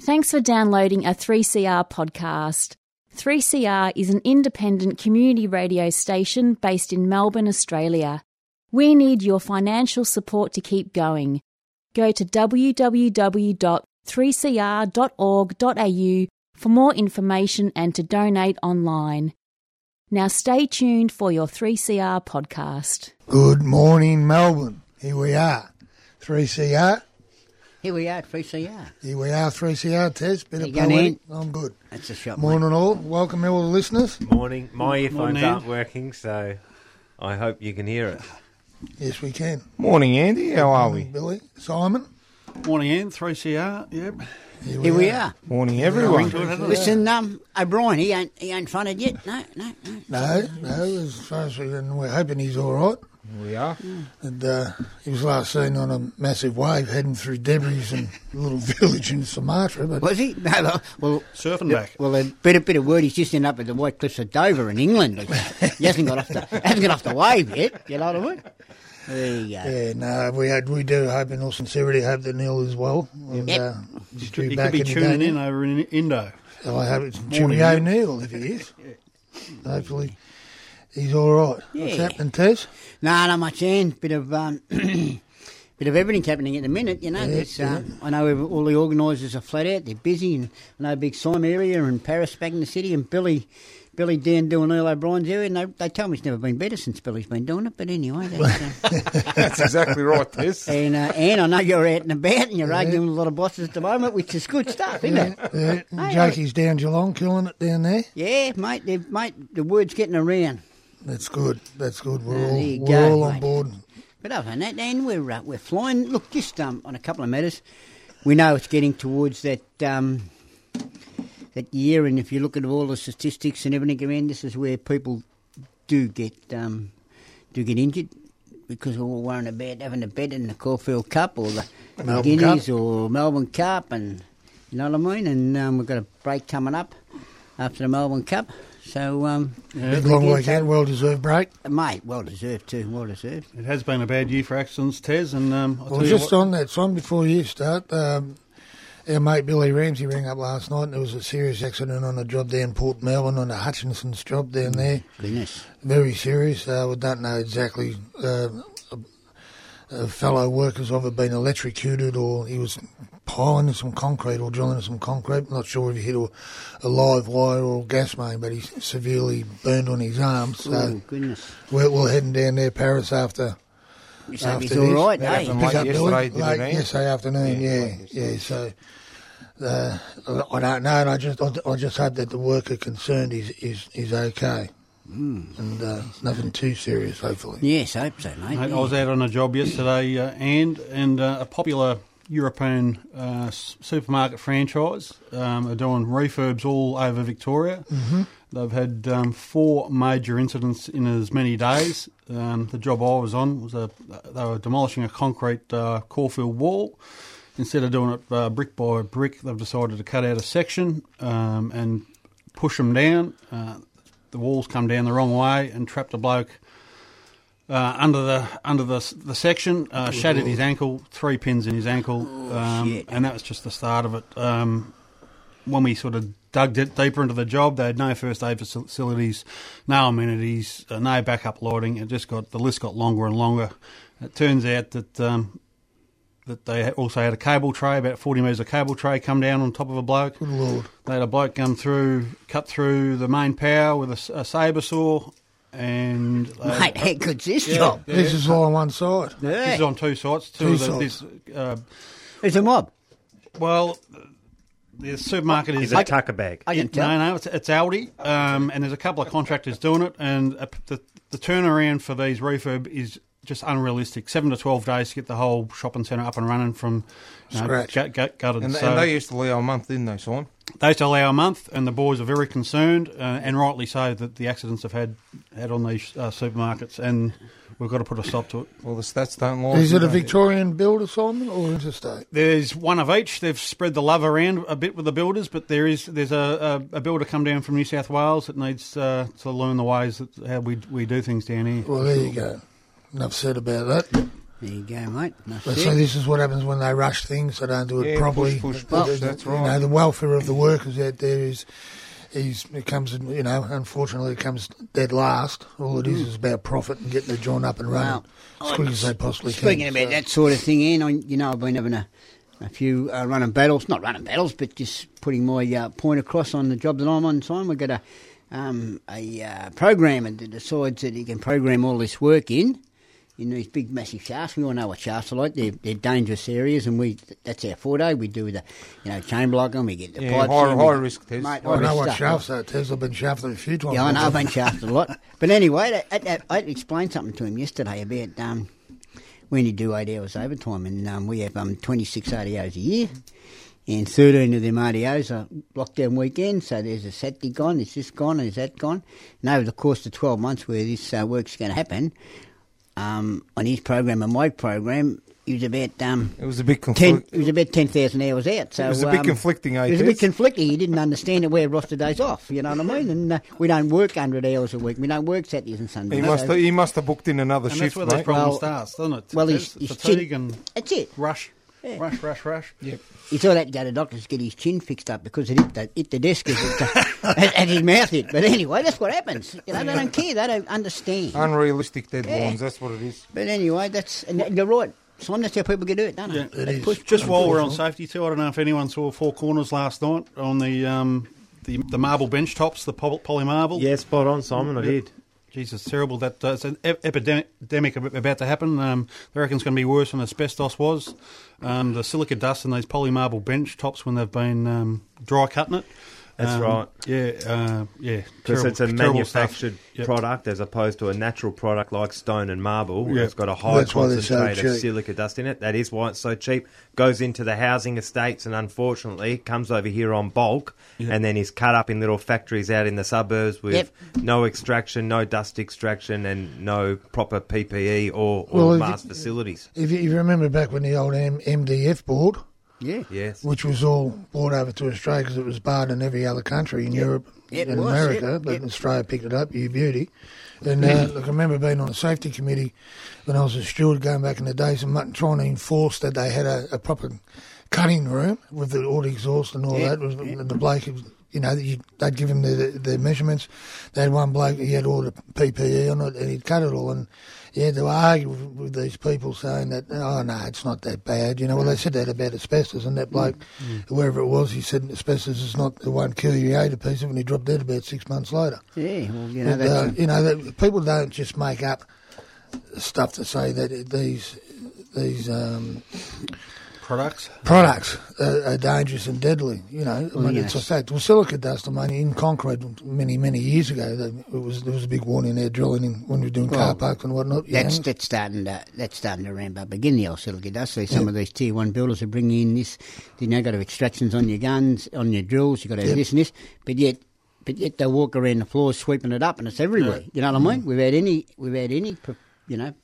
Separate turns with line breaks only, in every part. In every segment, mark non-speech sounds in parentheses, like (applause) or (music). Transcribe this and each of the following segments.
Thanks for downloading a 3CR podcast. 3CR is an independent community radio station based in Melbourne, Australia. We need your financial support to keep going. Go to www.3cr.org.au for more information and to donate online. Now stay tuned for your 3CR podcast.
Good morning, Melbourne. Here we are. 3CR.
Here we are at 3CR.
Here we are, 3CR, Tess. Bit
You
of
going
poetic. I'm good.
That's a shot. mate.
Morning, all. Welcome, all the listeners.
Morning. My earphones
Morning.
aren't working, so I hope you can hear it.
Yes, we can.
Morning, Andy. How are
Morning,
we?
Billy, Simon.
Morning, Ann. 3CR. Yep.
Here we are.
Morning, everyone.
Listen, um, O'Brien, he ain't he ain't funded yet. No, no, no.
No, no, as far as we and we're hoping he's all right.
We are.
And uh, he was last seen on a massive wave heading through debris and (laughs) a little village in Sumatra. But
Was he? No. no. Well,
Surfing back.
well, a bit a bit of word. He's just ended up at the White Cliffs of Dover in
(laughs)
England. He hasn't got off the hasn't got off the wave yet. You know what I mean? There you go.
yeah, no, we had, we do hope, in all sincerity, hope that Neil is well. And,
Yep.
uh, he's due
He
back
could be
any
tuning
day.
in over in Indo.
So Oh, I hope it's
Morning,
Jimmy
Neil.
O'Neill if he is. Hopefully he's all right. What's
Yeah.
happening, Tess?
No, not much, Ann. Bit of um, (clears throat) bit of everything's happening at the minute. You know, There's, uh, I know all the organisers are flat out. They're busy, and I know Big Sime area and Paris back in the city, and Billy. Billy Dan doing Earl O'Brien's area, and they, they tell me it's never been better since Billy's been doing it. But anyway, that's, uh,
That's exactly right, (laughs) Tess.
and uh, Ann, I know you're out and about, and you're arguing with a lot of bosses at the moment, which is good stuff, isn't it?
Yeah,
I-
Jakey's Uh, down Geelong, killing it down there.
Yeah, mate, they've- mate, the word's getting around.
That's good. That's good. We're
Yeah, there
all,
you
we're
go,
all on
mate.
board.
But other than that, Dan, we're uh, we're flying. Look, just um, on a couple of matters, we know it's getting towards that um, that year, and if you look at all the statistics and everything around, this is where people do get um, do get injured because we're all worrying about having a bet in the Caulfield Cup or the
Melbourne
Guineas
Cup.
or Melbourne Cup, and you know what I mean. And um, we've got a break coming up after the Melbourne Cup, so um,
Big long
Yeah,
weekend, well deserved break.
mate, well deserved too, well deserved.
It has been a bad year for accidents, Tez, and um, I
Well, just on that, Simon, before you start, um, our mate Billy Ramsey rang up last night and there was a serious accident on a job down Port Melbourne on a Hutchinson's job down
Hmm.
there.
Goodness.
Very serious. Uh, we don't know exactly. Uh, uh, fellow workers either been electrocuted or he was piling some concrete or drilling some concrete. I'm not sure if he hit a, a live wire or gas main, but he's severely burned on his arm. So
Oh goodness.
we're, we're heading down there, Paris, after.
So
after
he's all
this.
right,
Yeah,
eh?
from
Pick
Late
up Billy
yesterday, didn't
late
he?
yesterday afternoon.
Yeah,
Yeah,
late
yeah. so uh, I don't know, and I just I, I just hope that the worker concerned is is, is okay,
Hmm.
and uh, nothing too serious, hopefully.
Yes, I hope so, mate.
I
yeah.
was out on a job yesterday, uh, and and uh, a popular European uh, s- supermarket franchise um, are doing refurbs all over Victoria. Mm-hmm. They've had um, four major incidents in as many days. Um, the job I was on was a they were demolishing a concrete uh, Caulfield wall. Instead of doing it uh, brick by brick, they've decided to cut out a section um, and push them down. Uh, the walls come down the wrong way and trapped a bloke uh, under the under the s- the section, uh, shattered his ankle, three pins in his ankle, um,
shit.
and that was just the start of it. Um, when we sort of dug it deeper into the job, they had no first aid faci- facilities, no amenities, uh, no backup lighting. It just got the list got longer and longer. It turns out that um, that they ha- also had a cable tray, about forty metres of cable tray, come down on top of a bloke.
Good lord.
They had a bloke come through, cut through the main power with a, s- a sabre saw, and uh, they-
Mate, (laughs) how good's this job?
This is all on one side.
This is on two sites. Two,
Two
of the,
sites.
This, uh,
It's a mob.
well, the supermarket is.
Is it tucker bag?
I can tell.
no, no, it's, it's Aldi, um, and there's a couple of contractors doing it, and uh, the, the turnaround for these refurb is just unrealistic. Seven to twelve days to get the whole shopping centre up and running from you know,
Scratch.
Gut, gut, gutted.
And,
so
and they used to allow a month, didn't they, Simon?
they used to allow a month, and the boys are very concerned, uh, and rightly so, that the accidents have had had on these uh, supermarkets, and we've got to put a stop to it.
Well, the stats don't lie.
Is
do
it a
they?
Victorian build assignment or interstate?
There's one of each. They've spread the love around a bit with the builders, but there is there's a, a, a builder come down from New South Wales that needs uh, to learn the ways that how we we do things down here.
Well, there you go. Enough said about that.
There you go, mate. That's
But
it.
So this is what happens when they rush things. They don't do it
Yeah,
properly.
push, push, push,
The- the-
that's
You know,
right.
the welfare of the workers out there is, is it comes. You know, unfortunately, it comes dead last. All it
Mm-hmm.
is is about profit and getting the joint up and running as quick as they possibly can.
Oh, Speaking about
So-
that sort of thing, Ian, I, you know, I've been having a, a few uh, running battles, not running battles, but just putting my uh, point across on the job that I'm on. Time we've got a um, a uh, programmer that decides that he can program all this work in in these big massive shafts. We all know what shafts are like; they're, they're dangerous areas, and we that's our forte. We do the you know chain blocking, we get the
Yeah,
pipes,
high-
in, we-
high risk test.
Mate,
I
high
know
risk
what
stuff.
shafts are. Tesla been shafted a few
Oh,
times.
Yeah, I know, I've been shafted a
(laughs)
lot. But anyway, that- that- that- I explained something to him yesterday about um, when you do eight hours overtime, and um, we have um, 26 RDOs a year, and 13 of them RDOs are lockdown weekends, so there's a Saturday gone, there's this gone, there's that gone. And over the course of 12 months where this uh, work's going to happen, um, on his program and my program, it was about um,
It was a big
Ten,
conflict.
it was about 10,000 hours out. So,
It was a bit
um,
conflicting, eh,
It was a bit
Tess?
conflicting. He didn't understand that we had roster days off, you know what I mean? And uh, we don't work 100 hours a week. We don't work Saturdays and Sundays.
He must
So-
have, he must have booked in another
And that's
shift,
where the
mate.
problem
Well-
starts, doesn't it?
Well,
It's
he's- he's
fatigue
chin-
and
That's it.
rush, rush, rush, rush. Yep.
He saw that go to doctors get his chin fixed up because it hit the, hit the desk as it, uh, and, and his mouth hit. But anyway, that's what happens. You know, they don't care. They don't understand.
Unrealistic deadlines, that's what it is.
But anyway, that's and you're right. Simon, that's how people can do it, don't
Yeah.
they?
It
They
is.
push-
Just while we're on safety too, I don't know if anyone saw Four Corners last night on the um, the, the marble bench tops, the poly, poly marble.
Yeah, spot on, Simon. I did.
Jesus, terrible. That uh, it's an ep- epidemic ab- about to happen. Um, they reckon it's going to be worse than asbestos was. Um, the silica dust and those poly marble bench tops when they've been um, dry cutting it.
That's
Um,
right.
Yeah, uh, yeah.
Because
terrible-
it's a
terrible stuff.
manufactured
Yep.
product as opposed to a natural product like stone and marble.
Yeah.
It's got a high
That's why they're so
concentrate of
cheap.
silica dust in it. That is why it's so cheap. Goes into the housing estates and unfortunately comes over here on bulk
Yeah.
and then is cut up in little factories out in the suburbs with
Yep.
no extraction, no dust extraction, and no proper PPE or, or
Well, if
mass
you-
facilities.
If you, if you remember back when the old M- MDF board,
Yeah.
Yes.
which was all brought over to Australia because it was barred in every other country in Europe
It
and
was,
America,
yep,
but
yep.
Australia picked it up, you beauty. And uh, look, I remember being on the safety committee when I was a steward going back in the days and mu- trying to enforce that they had a, a proper cutting room with the, all the exhaust and all
Yep,
that. Was, The bloke, who- you know, you, they'd give him their, their measurements. They had one bloke, he had all the PPE on it and he'd cut it all. And you had to argue with, with these people saying that, oh, no, it's not that bad. You know, well, they said that about asbestos and that bloke, whoever it was, he said asbestos is not, it won't kill you. He ate a piece of it and he dropped dead about six months later.
Yeah, well, you know,
But,
that's,
uh, you know, that people don't just make up stuff to say that it- these these um,
products.
products are, are dangerous and deadly. You know, I mean, it's a
yes.
fact. Well, silica dust. I mean, in concrete, many many years ago, that it was there was a big warning there drilling in, when we were doing
Well,
car parks and whatnot. you
That's
know.
that's starting to that's starting to ramp up again. The old silica dust. So some of these tier one builders are bringing in this. You know, got to have extractions on your guns, on your drills. You got to have this and this. But yet, but yet they walk around the floors sweeping it up, and it's everywhere. You know what I mean? We've had any, we've had any, pro- you know.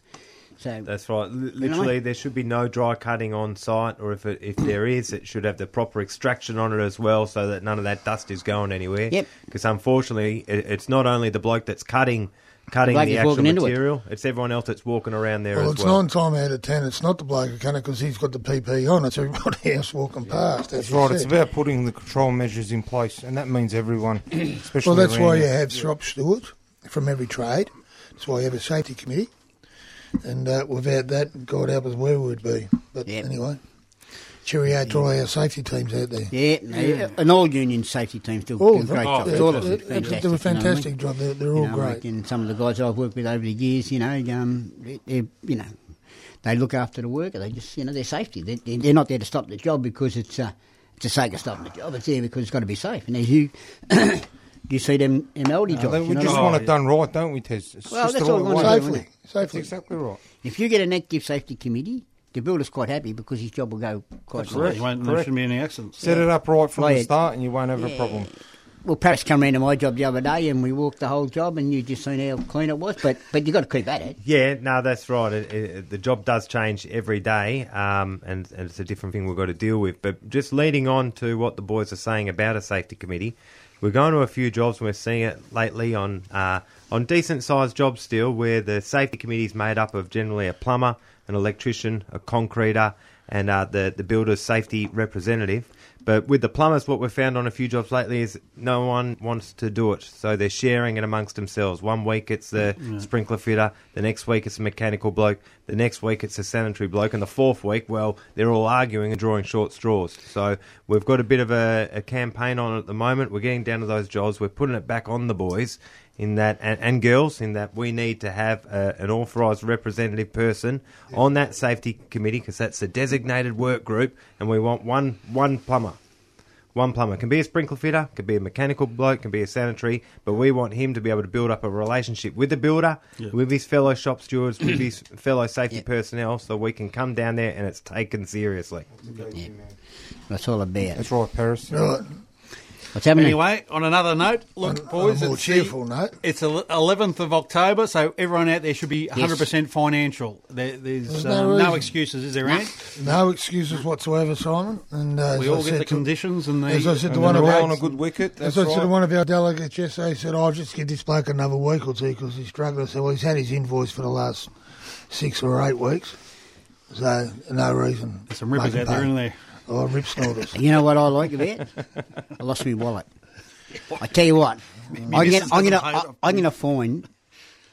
So
That's right. L- literally, there should be no dry cutting on site, or if it, if there is, it should have the proper extraction on it as well, so that none of that dust is going anywhere.
Yep.
Because unfortunately, it, it's not only the bloke that's cutting cutting
bloke
the,
is
actual
walking into it.
material; it's everyone else that's walking around there
Well,
as
it's
well.
nine time out of ten. It's not the bloke who can it because he's got the PP on. It's everybody (laughs) else walking past.
That's
as you
right, it's
said.
about putting the control measures in place, and that means everyone, especially
Well, that's
around
why
you.
you have shop stewards from every trade. That's why you have a safety committee. And uh, without that, God help us where we would be. But
Yep.
anyway, cheerio to all our safety teams out there.
yeah, no, and all union safety teams do,
All
do
of
great
them.
jobs.
They-
all of
they-
them,
they-
fantastic.
They do oh, a
you know what I mean?
fantastic job. They're, they're all
you know,
great.
like, and some of the guys I've worked with over the years, you know, um, they, they, you know, they look after the worker. They just, you know, their safety. They, they- they're not there to stop the job because it's uh, it's the sake of stopping the job. It's there because it's got to be safe. And as you (coughs) you see them in elderly
Uh,
No,
jobs,
they-
you
we
know,
just
like,
want it done right, don't we, Tez? It's
Well,
just
that's
the
all
right
we
way.
want to do,
Safely.
That's
Safely.
exactly right.
if you get an active safety committee, the builder's quite happy because his job will go quite well.
There won't- there
correct.
shouldn't be any accidents.
Set it up right from
Like
the
it-
start, and you won't have a problem.
Well, Paris come round to my job the other day, and we walked the whole job, and you just seen how clean it was. But but you got to keep at it.
Yeah, no, that's right. It, it, the job does change every day, um, and, and it's a different thing we've got to deal with. But just leading on to what the boys are saying about a safety committee, we're going to a few jobs and we're seeing it lately on uh, on decent sized jobs still, where the safety committee is made up of generally a plumber, an electrician, a concreter, and uh, the the builder's safety representative. But with the plumbers, what we've found on a few jobs lately is no one wants to do it, so they're sharing it amongst themselves. One week it's the sprinkler fitter, the next week it's the mechanical bloke, the next week it's the sanitary bloke, and the fourth week, well, they're all arguing and drawing short straws. So we've got a bit of a, a campaign on at the moment. We're getting down to those jobs. We're putting it back on the boys in that and, and girls in that we need to have uh, an authorised representative person on that safety committee because that's the designated work group and we want one one plumber one plumber can be a sprinkler fitter can be a mechanical bloke can be a sanitary but we want him to be able to build up a relationship with the builder
Yeah.
with his fellow shop stewards with his fellow safety
Yeah.
personnel so we can come down there and it's taken seriously
Yeah. That's all about.
That's right, Paris.
Right.
What's happening?
Anyway, on another note, look,
On- on
boys,
a more
it's
cheerful
the,
note.
It's the 11th of October, so everyone out there should be 100% financial. There, there's
There's
um,
no
no,
reason.
excuses, is there, Ant?
No excuses whatsoever, Simon. And uh,
We
as I
all get
said
the
to-
conditions and the.
as I said to
And
one
they're
of
all on
our,
a good wicket. That's
as I said to
right.
one of our delegates yesterday, he said, "I'll just give this bloke another week or two because he's struggling." I said, "Well, he's had his invoice for the last six or eight weeks, so no reason."
There's some rippers
Make
out
him pay.
there, isn't there?
Oh, rip snorters.
(laughs) You know what I like about? I lost my wallet. I tell you what, I'm gonna,
missus
I'm
doesn't
gonna,
pay
I-
it.
I'm gonna find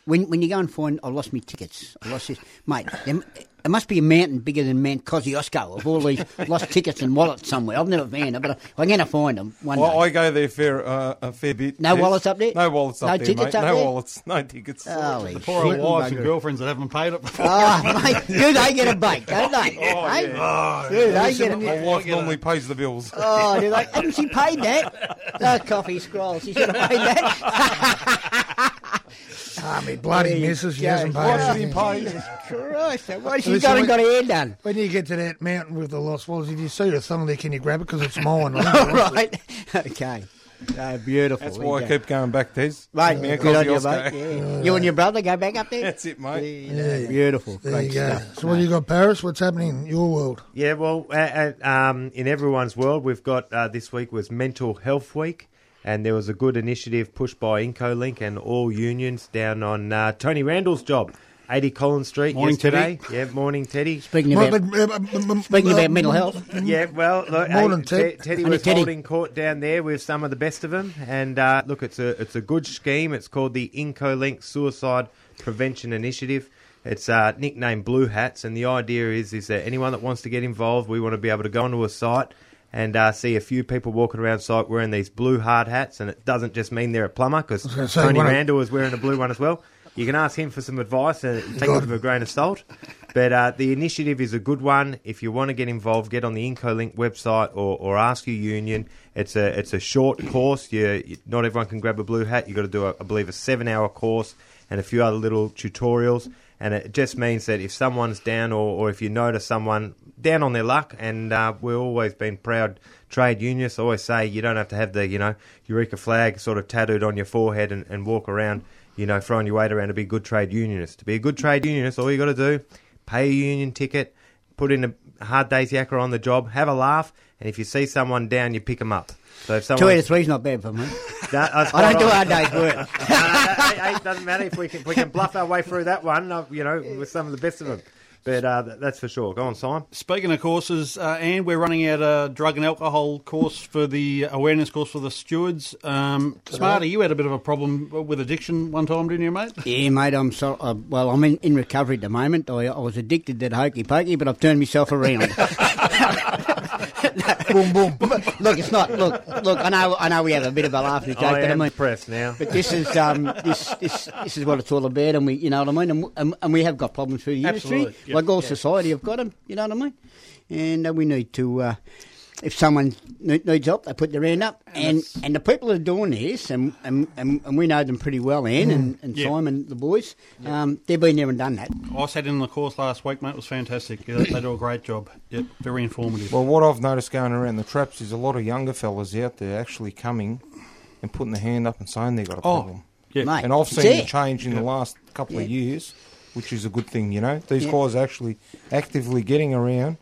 when when you go and find. I lost my tickets. I lost this, mate. There, m- there must be a mountain bigger than Mount Kosciuszko of all these lost tickets and wallets somewhere. I've never found them, but I, I'm gonna find them one
Well,
day.
I go there fair, uh, a fair bit.
No
Yes.
wallets up there?
No wallets up
No
there,
tickets
mate.
up
no
there?
wallets, (laughs) no tickets.
Holy
Poor old
shit,
wives
bugger.
and girlfriends that haven't paid it before.
Ah.
Oh, mate, do they get a bake, don't they? eh? Do they get a
My wife normally pays the bills.
Oh, do they? Hadn't she paid (laughs) that? The coffee scrolls. She should have paid (laughs) that.
Ah, me bloody missus, she hasn't paid.
Why should he
anything.
pay?
Christ, why has she
Listen,
gone and
we-
got her hair done?
When you get to that mountain with the lost wallets, if you see the thumb there, can you grab it? Because it's
(laughs)
mine.
(laughs) All right. Okay. Oh, beautiful.
That's
There
why
you
I
go.
keep going back, Des.
Mate,
Me and
good on you,
Kosciuszko.
mate. Yeah. You and your brother go back up there?
That's it, mate.
Yeah, Beautiful.
There
Great
you go.
stuff.
So what do you got, Paris? What's happening in your world?
Yeah, well, uh, uh, um, in everyone's world, we've got uh, this week was Mental Health Week, and there was a good initiative pushed by IncoLink and all unions down on uh, Tony Randall's job, 80 Collins Street
Morning,
yesterday. Yeah, morning,
(laughs)
Teddy.
Speaking
Well,
about,
but, uh, but- but- but-
speaking
uh,
about mental health,
(laughs) Yeah, well, look, hey,
Morning, Ted.
Te- Teddy
Morning,
was
Teddy.
holding court down there with some of the best of them, and uh, look, it's a it's a good scheme. It's called the IncoLink Suicide Prevention Initiative. It's uh, nicknamed Blue Hats, and the idea is is that anyone that wants to get involved, we want to be able to go onto a site and uh, see a few people walking around site wearing these blue hard hats, and it doesn't just mean they're a plumber because
gonna say,
Tony
one of-
Randall is wearing a blue one as well. You can ask him for some advice and take it
God.
with a grain of salt. But uh, the initiative is a good one. If you want to get involved, get on the IncoLink website or, or ask your union. It's a it's a short course. You, you- not everyone can grab a blue hat. You've got to do, a, I believe, a seven hour course and a few other little tutorials. And it just means that if someone's down or, or if you notice someone down on their luck, and uh, we've always been proud trade unionists, I always say you don't have to have the, you know, Eureka flag sort of tattooed on your forehead and, and walk around you know, throwing your weight around to be a good trade unionist. To be a good trade unionist, all you got to do, pay a union ticket, put in a hard day's yakka on the job, have a laugh, and if you see someone down, you pick them up. So if
(laughs) two out
someone,
of three's not bad for me.
That-
(laughs)
that's
I don't do
spot on.
our day's work.
No, no, no, hey, hey, doesn't matter if we can we can bluff our way through that one. uh, You know, with some of the best of them. But uh, th- that's for sure. Go on, Simon.
(laughs) Speaking of courses, uh, and we're running out a drug and alcohol course for the awareness course for the stewards. Um, Smarty, you had a bit of a problem with addiction one time, didn't you, mate?
(laughs) Yeah, mate, I'm so uh, well. I'm in, in recovery at the moment. I, I was addicted to the hokey pokey, but I've turned myself around. (laughs) boom, boom. (laughs) Look, it's not. Look, look. I know. I know. We have a bit of a laugh and a joke,
I
but I
am
mean,
impressed
(laughs)
now.
but this is um, this, this this is what it's all about, and we, you know what I mean, and, w- and, and we have got problems through the
Absolutely,
industry,
yeah,
like all
yeah.
society have got them. You know what I mean, and uh, we need to. Uh, if someone ne- needs help, they put their hand up, and
that's-
and, the people that are doing this, and and, and, and we know them pretty well, Anne and, and
Yeah.
Simon, the boys, um, they've been there and done that.
I sat in the course last week, mate. It was fantastic. Yeah, they do a great job. Yep, very informative.
Well, what I've noticed going around the traps is a lot of younger fellas out there actually coming and putting their hand up and saying they've got a problem.
Oh, yeah.
Mate.
And I've
It's
seen the
it.
change in the last couple of
Yeah.
years, which is a good thing, you know. These
Yeah.
guys are actually actively getting around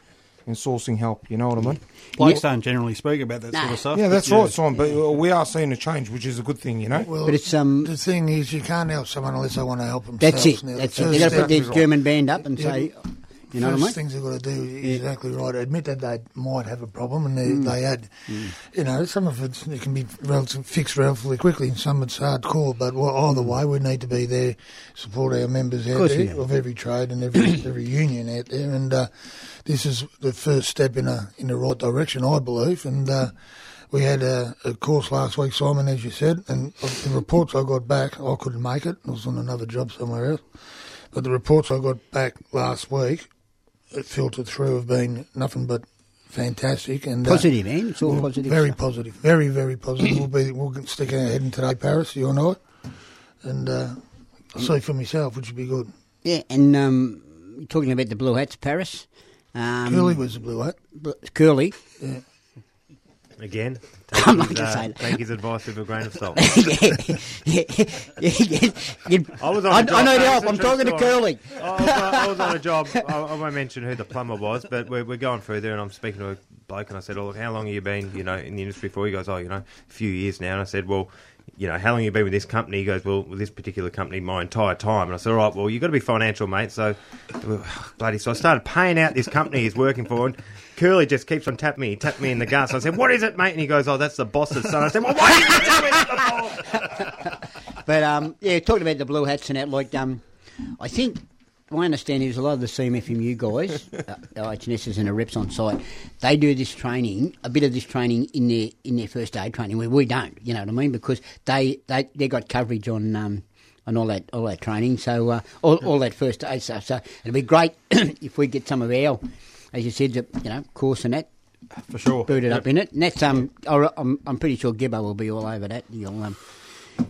and sourcing help, you know what I mean?
Blokes don't generally speak about that sort
Nah.
of stuff.
Yeah,
but
that's right, Simon, but uh, we are seeing a change, which is a good thing, you know.
Well,
But it's, um,
the thing is, you can't help someone unless they want to help themselves.
That's it.
Now,
That's
the
it.
first
They've got to
step
put their
is-
German band up and say, You know
First
what I mean?
things they've got to do, exactly right. Admit that they might have a problem, and they,
Mm.
they had, you know, some of it, it can be relative, fixed relatively quickly, and some it's hardcore. But well, either way, we need to be there, support our members out
Mm. course we
there
do.
of every trade and every (coughs) every union out there, and uh, this is the first step in a in the right direction, I believe, and. Uh, we had a, a course last week, Simon, as you said, and of the reports I got back, I couldn't make it. I was on another job somewhere else. But the reports I got back last week that filtered through have been nothing but fantastic and uh,
Positive, man. It's all
we're
positive.
Very
stuff.
positive, very very positive. we'll be we'll stick our head in today, Paris. You know it, and uh, I'll see for myself, which would be good.
Yeah, and um, talking about the blue hats, Paris. Um,
Curly was the blue eh? hat.
bl- Curly. (laughs)
Again, take,
I'm not
his,
gonna
uh,
say that.
take his advice with a grain
(laughs)
of salt.
yeah, yeah, yeah, yeah, yeah.
I was on
I,
a job,
I know
mate,
the
it's
help.
a
I'm
true
talking to
story.
Curly.
Oh, I was, on- I was on
(laughs)
a job. I, I won't mention who the plumber was, but we're, we're going through there, and I'm speaking to a bloke, and I said, "Oh, look, how long have you been, you know, in the industry for?" He goes, "Oh, you know, a few years now." And I said, "Well, you know, how long have you been with this company?" He goes, "Well, with this particular company, my entire time." And I said, "All right, well, you've got to be financial, mate." So, (sighs) bloody, so I started paying out this company he's working for, and Curly just keeps on tapping me, he tapped me in the gut. So I said, "What is it, mate?" And he goes, "Oh, that's the boss's son." I said, "Well, why?" Did you tell me that before?"
But um, yeah, talking about the blue hats and that, like um, I think my understanding is a lot of the CMFMU guys,
(laughs)
uh, IHNSs and the reps on site, they do this training, a bit of this training in their in their first aid training, where we don't. You know what I mean? Because they they they got coverage on. Um, on all that, all that training, so uh, all, all that first aid stuff. So it'd be great (clears throat) if we get some of our, as you said, the, you know, course and that
for sure.
booted
Yep.
up in it. And that's um, I re- I'm, I'm pretty sure Gibbo will be all over that. You'll um,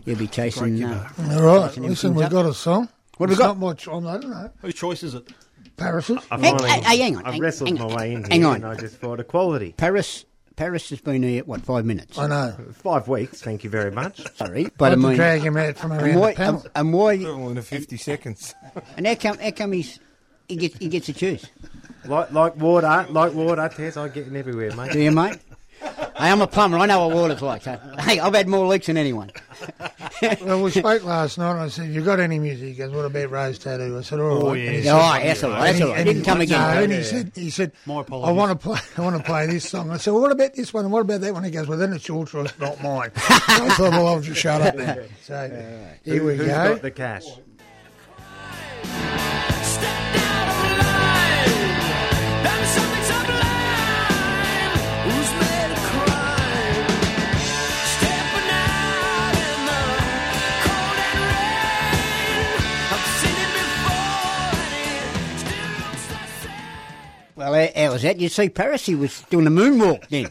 you'll be chasing. Uh,
All right,
Chasing
listen,
him
we
up.
got a song.
What have
it's
we got?
Not much. I don't know.
Whose choice is it?
Paris.
I
Hang-
finally-
hey, hey, hang on,
I
hang-
wrestled
hang
my
on,
way in here,
hang on.
and I just thought equality.
Paris, Paris has been here what five minutes?
I know.
Five weeks, thank you very much.
Sorry,
But
but I
to
mean,
drag him out from around
and why, um,
the panel.
and, and why,
All in a 50 seconds.
and how come, how come he's, he gets, he gets to choose?
Like, like water, like water, Tess, I get in everywhere,
Do
mate.
you, mate? Hey, I'm a plumber. I know what water's like. So, hey, I've had more leaks than anyone.
Well, we spoke last night, and I said, "You got any music?" He goes, "What about Rose Tattoo?" I said, "All right."
Oh,
And
yeah.
he
Oh,
said,
that's all right. That's
And
all
he-
right.
and
Didn't
he-
come again.
No,
though.
and he said, he said,
My
I
apologies.
want to play, I want to play this song. I said, well, what about this one? And what about that one? He goes, well, then it's your choice, not
(laughs)
mine. So I thought, well, I'll just shut up then. So here we
Who's
go.
got the cash?
Stepped out of line. Done something sublime. Who's made a crime? Stepping out in the cold and rain. I've seen it before, and it still looks the same.
Well, how, how was that? You see, Paris, he was doing the moonwalk then.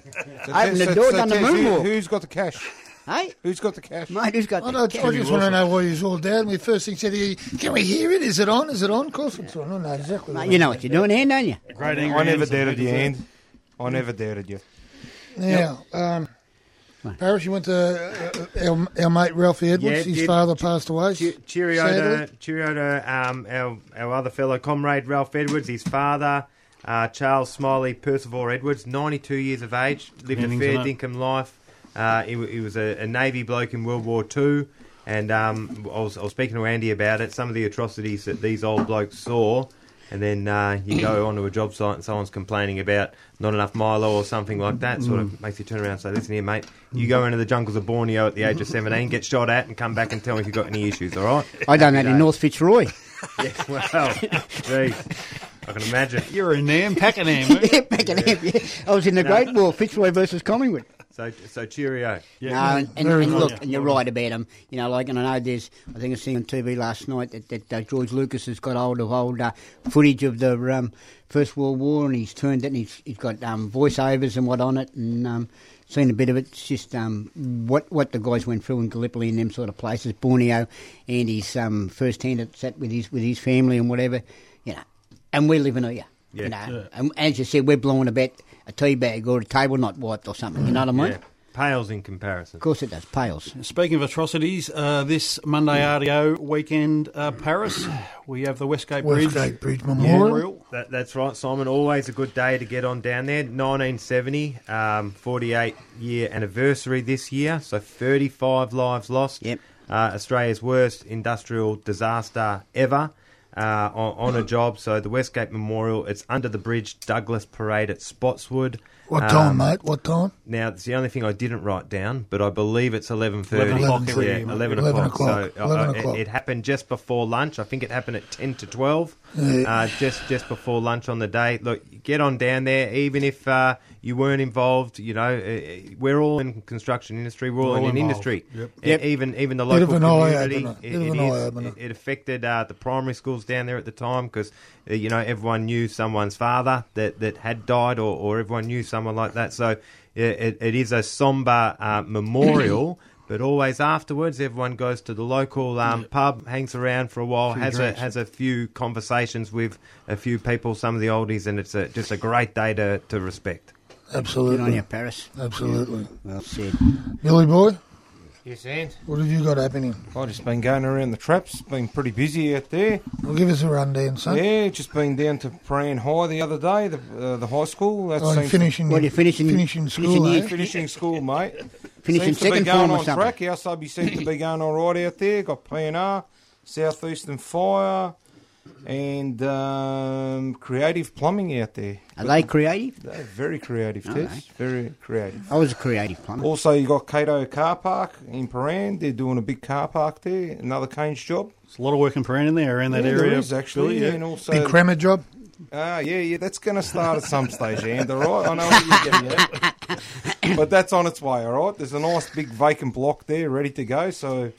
Opened the
So-
door,
so
done the
Tess, who-
moonwalk.
Who's got the cash?
Hey,
Who's got the cash?
mate, who's got
I,
the
don't, I just want to know why he's all down. The first thing said, he- can we hear it? Is it on? Is it on? Of course it's on. I know exactly.
Mate,
what
You know what you're doing here, don't you?
Great angry
I never
Anderson,
doubted
who
you,
deserves-
Ann. I never doubted you.
Now, um, Paris, you went to uh, uh, our, our mate Ralphie Edwards.
Yeah,
His
did-
father passed away.
Che- Cheerio uh,
sadly.
to, cheerio to um, our, our other fellow comrade, Ralph Edwards, his father, uh, Charles Smiley Percival Edwards, 92 years of age, lived
Endings
a fair
on it.
dinkum life. Uh, he, wa- he was a, a Navy bloke in World War Two, and um, I, was, I was speaking to Andy about it, some of the atrocities that these old blokes saw. And then uh, you go onto a job site and someone's complaining about not enough Milo or something like that. Sort of makes you turn around and say, "Listen here, mate. You go into the jungles of Borneo at the age of seventeen, get shot at, and come back and tell me if you've got any issues. All right?
I done that
Happy
in
days.
North Fitzroy.
Yeah, (laughs) well, geez, I can imagine.
You're in there, packing him.
(laughs) yeah, (laughs) back in yeah. I was in the Great War, Fitzroy versus Collingwood.
So, so cheerio.
no, and, and,
very
and
good.
look, and you're right about them. You know, like, and I know there's, I think I seen on TV last night that, that uh, George Lucas has got hold of old uh, footage of the um, First World War and he's turned it and he's, he's got um, voiceovers and what on it and um, seen a bit of it. It's just um, what what the guys went through in Gallipoli and them sort of places, Borneo, and he's um, first hand at sat with his with his family and whatever, you know. And we're living here.
Yeah.
You know, and as you said, we're blowing about a tea bag or a table not wiped or something. You know what I mean?
Yeah. Pales in comparison.
Of course it does. Pails.
Speaking of atrocities, uh, this Monday RDO weekend, uh, Paris, we have the Westgate, Bridge
Westgate Bridge Memorial.
That, that's right, Simon. Always a good day to get on down there. 1970, um, 48 year anniversary this year. So 35 lives lost.
Yep.
Uh, Australia's worst industrial disaster ever. uh, on, on
(coughs)
a job. So the Westgate Memorial, it's under the bridge, Douglas Parade at Spotswood.
What
Um,
time, mate? What time?
Now it's the only thing I didn't write down, but I believe it's eleven thirty.
11 o'clock every
yeah,
year, mate.
eleven
11
o'clock.
o'clock,
So uh,
11
uh, it-
o'clock.
It, happened just before lunch. I think it happened at ten to twelve, uh, just just before lunch on the day. Look, get on down there, even if uh, you weren't involved. You know, uh, we're all in construction industry. We're all,
We're all
in an
involved.
industry.
Yep.
E-
Yep.
Even even the
Bit of
local
an
community.
eye-opener.
it-
Bit of
it
an
is-
eye-opener.
it- it affected uh, the primary schools down there at the time because uh, you know everyone knew someone's father that, that had died or, or everyone knew someone like that so yeah, it, it is a somber uh,
(coughs)
memorial but always afterwards everyone goes to the local um, pub hangs around for a while has a, has a few conversations with a few people some of the oldies and it's a, just a great day to, to respect
Good on
Absolutely.
you, Paris.
Absolutely.
Well said.
Billy boy,
Yes, and
what have you got happening?
I just been going around the traps. Been pretty busy out there.
Well, give us a rundown, son.
Yeah, just been down to Praying High the other day, the uh, the high school. That's
Oh,
seems-
finishing,
What, you're finishing-
finishing
finishing
school,
year?
eh?
finishing school, mate.
Finishing
seems to
second
be going
form or
on
something.
track. Our subby seems to be going all right out there. Got Plan R, Southeastern Fire, and um, Creative Plumbing out there.
Are they creative?
They're very creative,
All
Tess. Very creative.
I was a creative plumber.
Also, you got Cato Car Park in Paran. They're doing a big car park there. Another Kane's job.
There's a lot of work in Paran in there around that
Yeah,
area.
there is actually,
Billy, yeah.
and also
Big crammer job.
Ah, yeah, yeah, that's going to start at some stage, Andy, all right? I know what you're getting at.
(laughs)
But that's on its way, all right? There's a nice big vacant block there ready to go. So,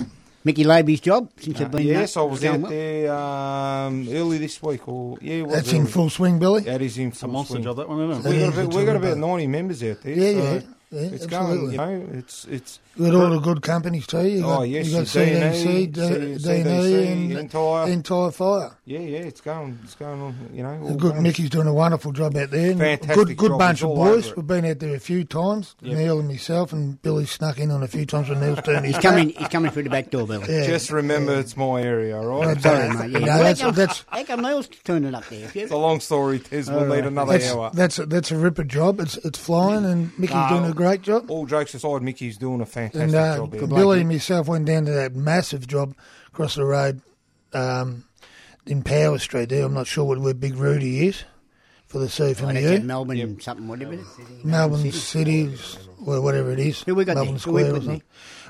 Mickey Laby's job since
uh,
I've been
yes, I was
going
out
well.
there um, early this week. or yeah, it was
That's in
early.
full swing, Billy.
That is in full
It's a monster
swing.
job, that one, isn't
We've
it?
got, about, we got about 90 members out there.
Yeah,
so
yeah, yeah,
It's
absolutely.
going, you know, it's, it's,
You got all the good companies too. You got,
Oh, yes,
you got
the D&E,
CNC, D-
C-
D&E, and
CDC, Entire.
Entire Fire.
yeah, yeah, it's going, it's going on, you know. all
The good
going.
Mickey's doing a wonderful job out there. and
Fantastic
good, good
job,
bunch
he's
of
all
boys.
over it.
We've been out there a few times.
Yep.
Neil and myself, and Billy snuck in on a few times when Neil's turned his
He's coming. He's coming through the back door, Billy.
Yeah.
Just remember it's my area, all right?
That's
Sorry,
all
mate.
right.
Yeah.
No,
Well,
that's
how-
that's
How come Neil's turning up there?
It's a long story, Tez. We'll need another
that's
hour.
that's a, that's a ripper job. It's it's flying, and Mickey's
No.
doing a great job.
All jokes aside, Mickey's doing a fantastic
And uh,
job. here.
Billy and myself went down to that massive job across the road um, in Power Street there. I'm not sure what where Big Rudy is for the
That's
CFMU.
Melbourne something, whatever.
Melbourne City, or whatever it is.
Who we got
Melbourne
there? Who we
Square or
putting
something.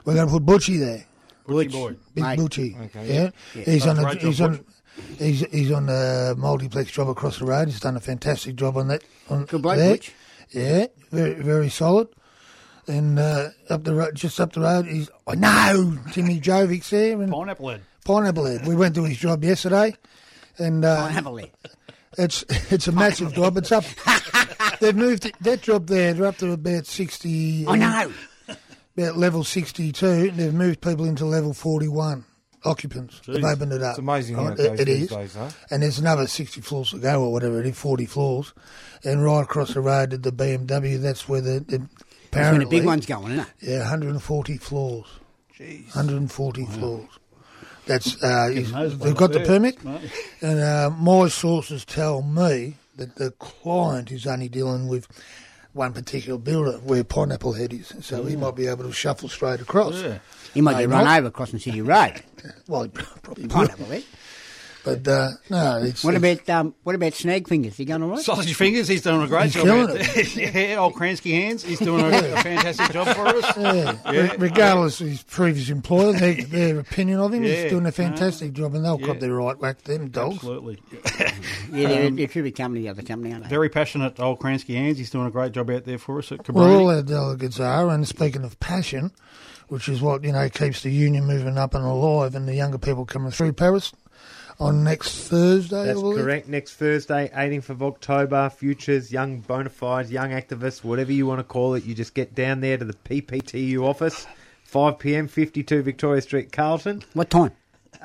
We're going to put Butchie there.
Butchie boy.
Big
Mate.
Butchie.
Okay,
yeah. He's, on
That's
a,
right,
he's
John
on he's he's on a multiplex job across the road. He's done a fantastic job on that. On
Good bloke,
there.
Butch.
Yeah, very very solid. And uh, up the road, just up the road, is I know Timmy Jovik's there and
Pineapple head.
Pineapple Head. We went to his job yesterday, and
I
uh,
have a lid.
it's it's a massive job. It's
(laughs)
up. They've moved it, that job there. They're up to about sixty.
I know.
About level sixty-two. and They've moved people into level forty-one occupants. They've
Jeez.
opened it up.
It's amazing how
Right,
it goes
it
these
is.
days, huh?
And there's another 60 floors to go, or whatever it is, 40 floors. And right across the road at the BMW, that's where the, the
That's when the
apparently
big one's going, isn't it?
Yeah, 140 floors. Jeez. 140 floors. That's uh, is-
those
they've
ones
got the
there.
permit, and uh, my sources tell me that the client is only dealing with one particular builder where Pineapple Head is, so he might be able to shuffle straight across.
Yeah.
He might
No,
get
not.
run over across the city road.
Well, (laughs) he probably
(laughs)
would,
Pineapple lid.
but uh, no, it's,
What
it's-
about um, what about snag fingers? You going all right?
Sausage fingers, he's doing a great
He's
job.
killing
out there. (laughs) yeah, old Kransky hands, he's doing a, a fantastic job for us. (laughs)
Yeah. Re- regardless of his previous employer, their, their opinion of him,
Yeah.
he's doing a fantastic job, and they'll
Yeah.
cop their right whack, them dogs.
Absolutely.
Yeah, they're, they're a big company, the other company, aren't they?
Very passionate old Kransky hands, he's doing a great job out there for us at Cabrini.
Well, all our delegates are, and speaking of passion, which is what you know keeps the union moving up and alive, and the younger people coming through Paris on next Thursday.
That's
I believe.
correct. Next Thursday, 18th of October, Futures, Young bona fides, Young Activists, whatever you want to call it, you just get down there to the PPTU office, 5 p.m., 52 Victoria Street, Carlton.
What time?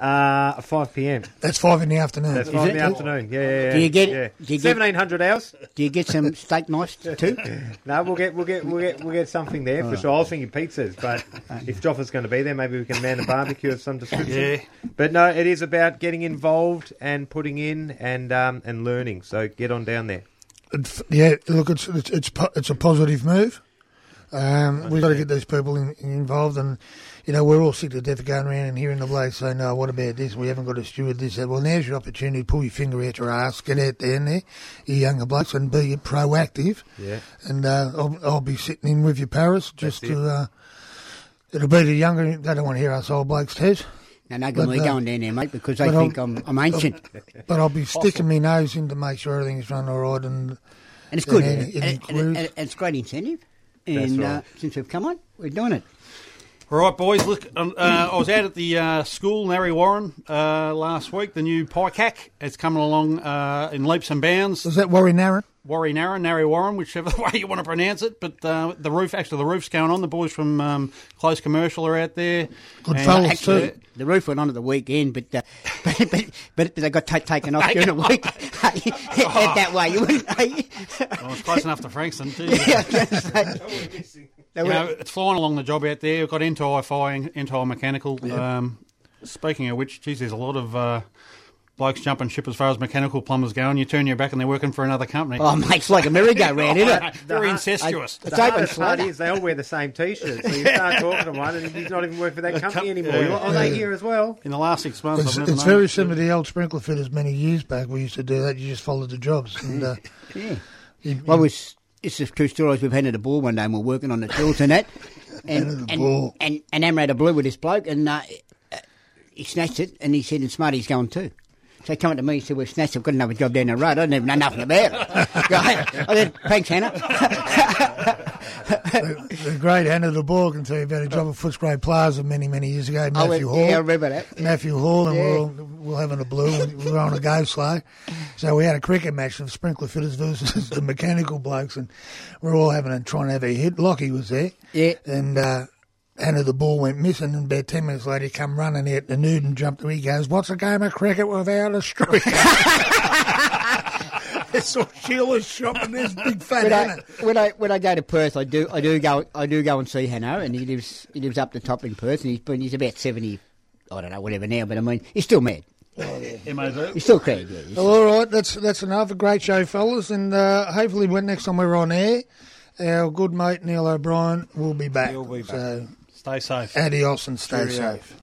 Uh, 5 p.m.
That's five in the afternoon.
That's 5 in
it?
the afternoon. Yeah, yeah, yeah.
Do you get-
yeah.
do you get-
1700 hours?
Do you get some steak knives too?
No, we'll get, we'll get, we'll get, we'll get something there for sure. I was thinking
(laughs)
pizzas, but if Joffa's going to be there, maybe we can man a barbecue of some description.
Yeah.
But no, it is about getting involved and putting in and um, and learning. So get on down there.
It's- Yeah, look, it's it's it's, po- it's a positive move. Um, we've got to get these people in, involved, and you know we're all sick to death of going around and hearing the bloke say, "No, what about this? We haven't got a steward." This, that." well, now's your opportunity. Pull your finger out your ass, get out there, and there, you younger blokes, and be proactive.
Yeah.
And uh, I'll, I'll be sitting in with you, Paris, just
That's it.
to. Uh, it'll be the younger. They don't want to hear us old blokes,
(laughs)
Ted.
No, no,
But,
we're
uh,
going down there, mate, because they
but um,
think I'm, I'm ancient.
But I'll be sticking my nose in to make sure everything's run all right. And
And it's good.
Yeah,
and,
it
and-
includes-
and- and it's great incentive.
That's
And uh,
right.
since we've come on, we're doing it.
All right, boys. Look, um, uh, I was out at the uh, school, Larry Warren, uh, last week. The new PICAC it's coming along uh, in leaps and bounds.
was that Warren Narron?
Warri Narra, Narry Warren, whichever (laughs) way you want to pronounce it. But uh, the roof, actually, the roof's going on. The boys from um, Close Commercial are out there.
Good
And-
fellas,
Actually,
Actually-
the roof went on at the weekend, but uh, (laughs) but, but, but they got ta taken off during the week. (laughs) Head that way, you wouldn't. (laughs)
Well, it's close enough to Frankston, too.
Yeah, I was gonna say. They
you
were-
know, it's flying along the job out there. We've got entire firing, entire mechanical. Um, speaking of which, geez, there's a lot of uh, blokes jumping ship as far as mechanical plumbers go, and you turn your back and they're working for another company.
oh, mate, it's like a merry-go-round,
(laughs)
isn't it?
Very incestuous.
I-
I,
It's
the
open
hardest part
slather.
is they all wear the same T-shirt. So you start talking to one, and he's not even working for that company anymore.
yeah.
You're like, oh, they here as well.
in the last six months,
It's,
I've never
it's
known-
very similar to the old sprinkler fitters many years back. We used to do that. You just followed the
(laughs)
jobs. And, uh, you-
Well, it's it's just two stories. We've handed a ball one day, and we're working on the tools
(laughs)
and that, and
Handed a
and
ball.
and, and Amrad a blue with this bloke, and uh, uh, he snatched it, and he said, "And Smarty's going too." So he came up to me and said, "We've snatched. it. I've got another job down the road. I don't even know nothing
(laughs)
about it." Right? I said, "Thanks, Hannah."
the great Anna de Boer can tell you about a job at Footscray Plaza many, many years ago.
I
Matthew
went,
Hall.
yeah, I remember that.
Matthew Hall, and
Yeah.
we're, all, we're having a blue, and we're on a go slow. So we had a cricket match of sprinkler fitters versus (laughs) the mechanical blokes, and we're all having a trying to have a hit. Lockie was there,
Yeah.
and uh, Anna the ball went missing, and about ten minutes later, he come running out the nude and jumped. He goes, "What's a game of cricket without a (laughs) striker?" It's all Sheila's shopping. There's big fat
When I,
Anna.
when I when I go to Perth, I do I do go I do go and see Hanno, and he lives he lives up the top in Perth, and he's been he's about seventy, I don't know whatever now, but I mean he's still mad,
MOD.
he's still crazy. Yeah, he's-
Well, all right, that's that's another great show, fellas, and uh, hopefully when next time we're on air, our good mate Neil O'Brien will be back.
He'll be back.
So
Stay safe.
adios and stay
Cheerio.
safe.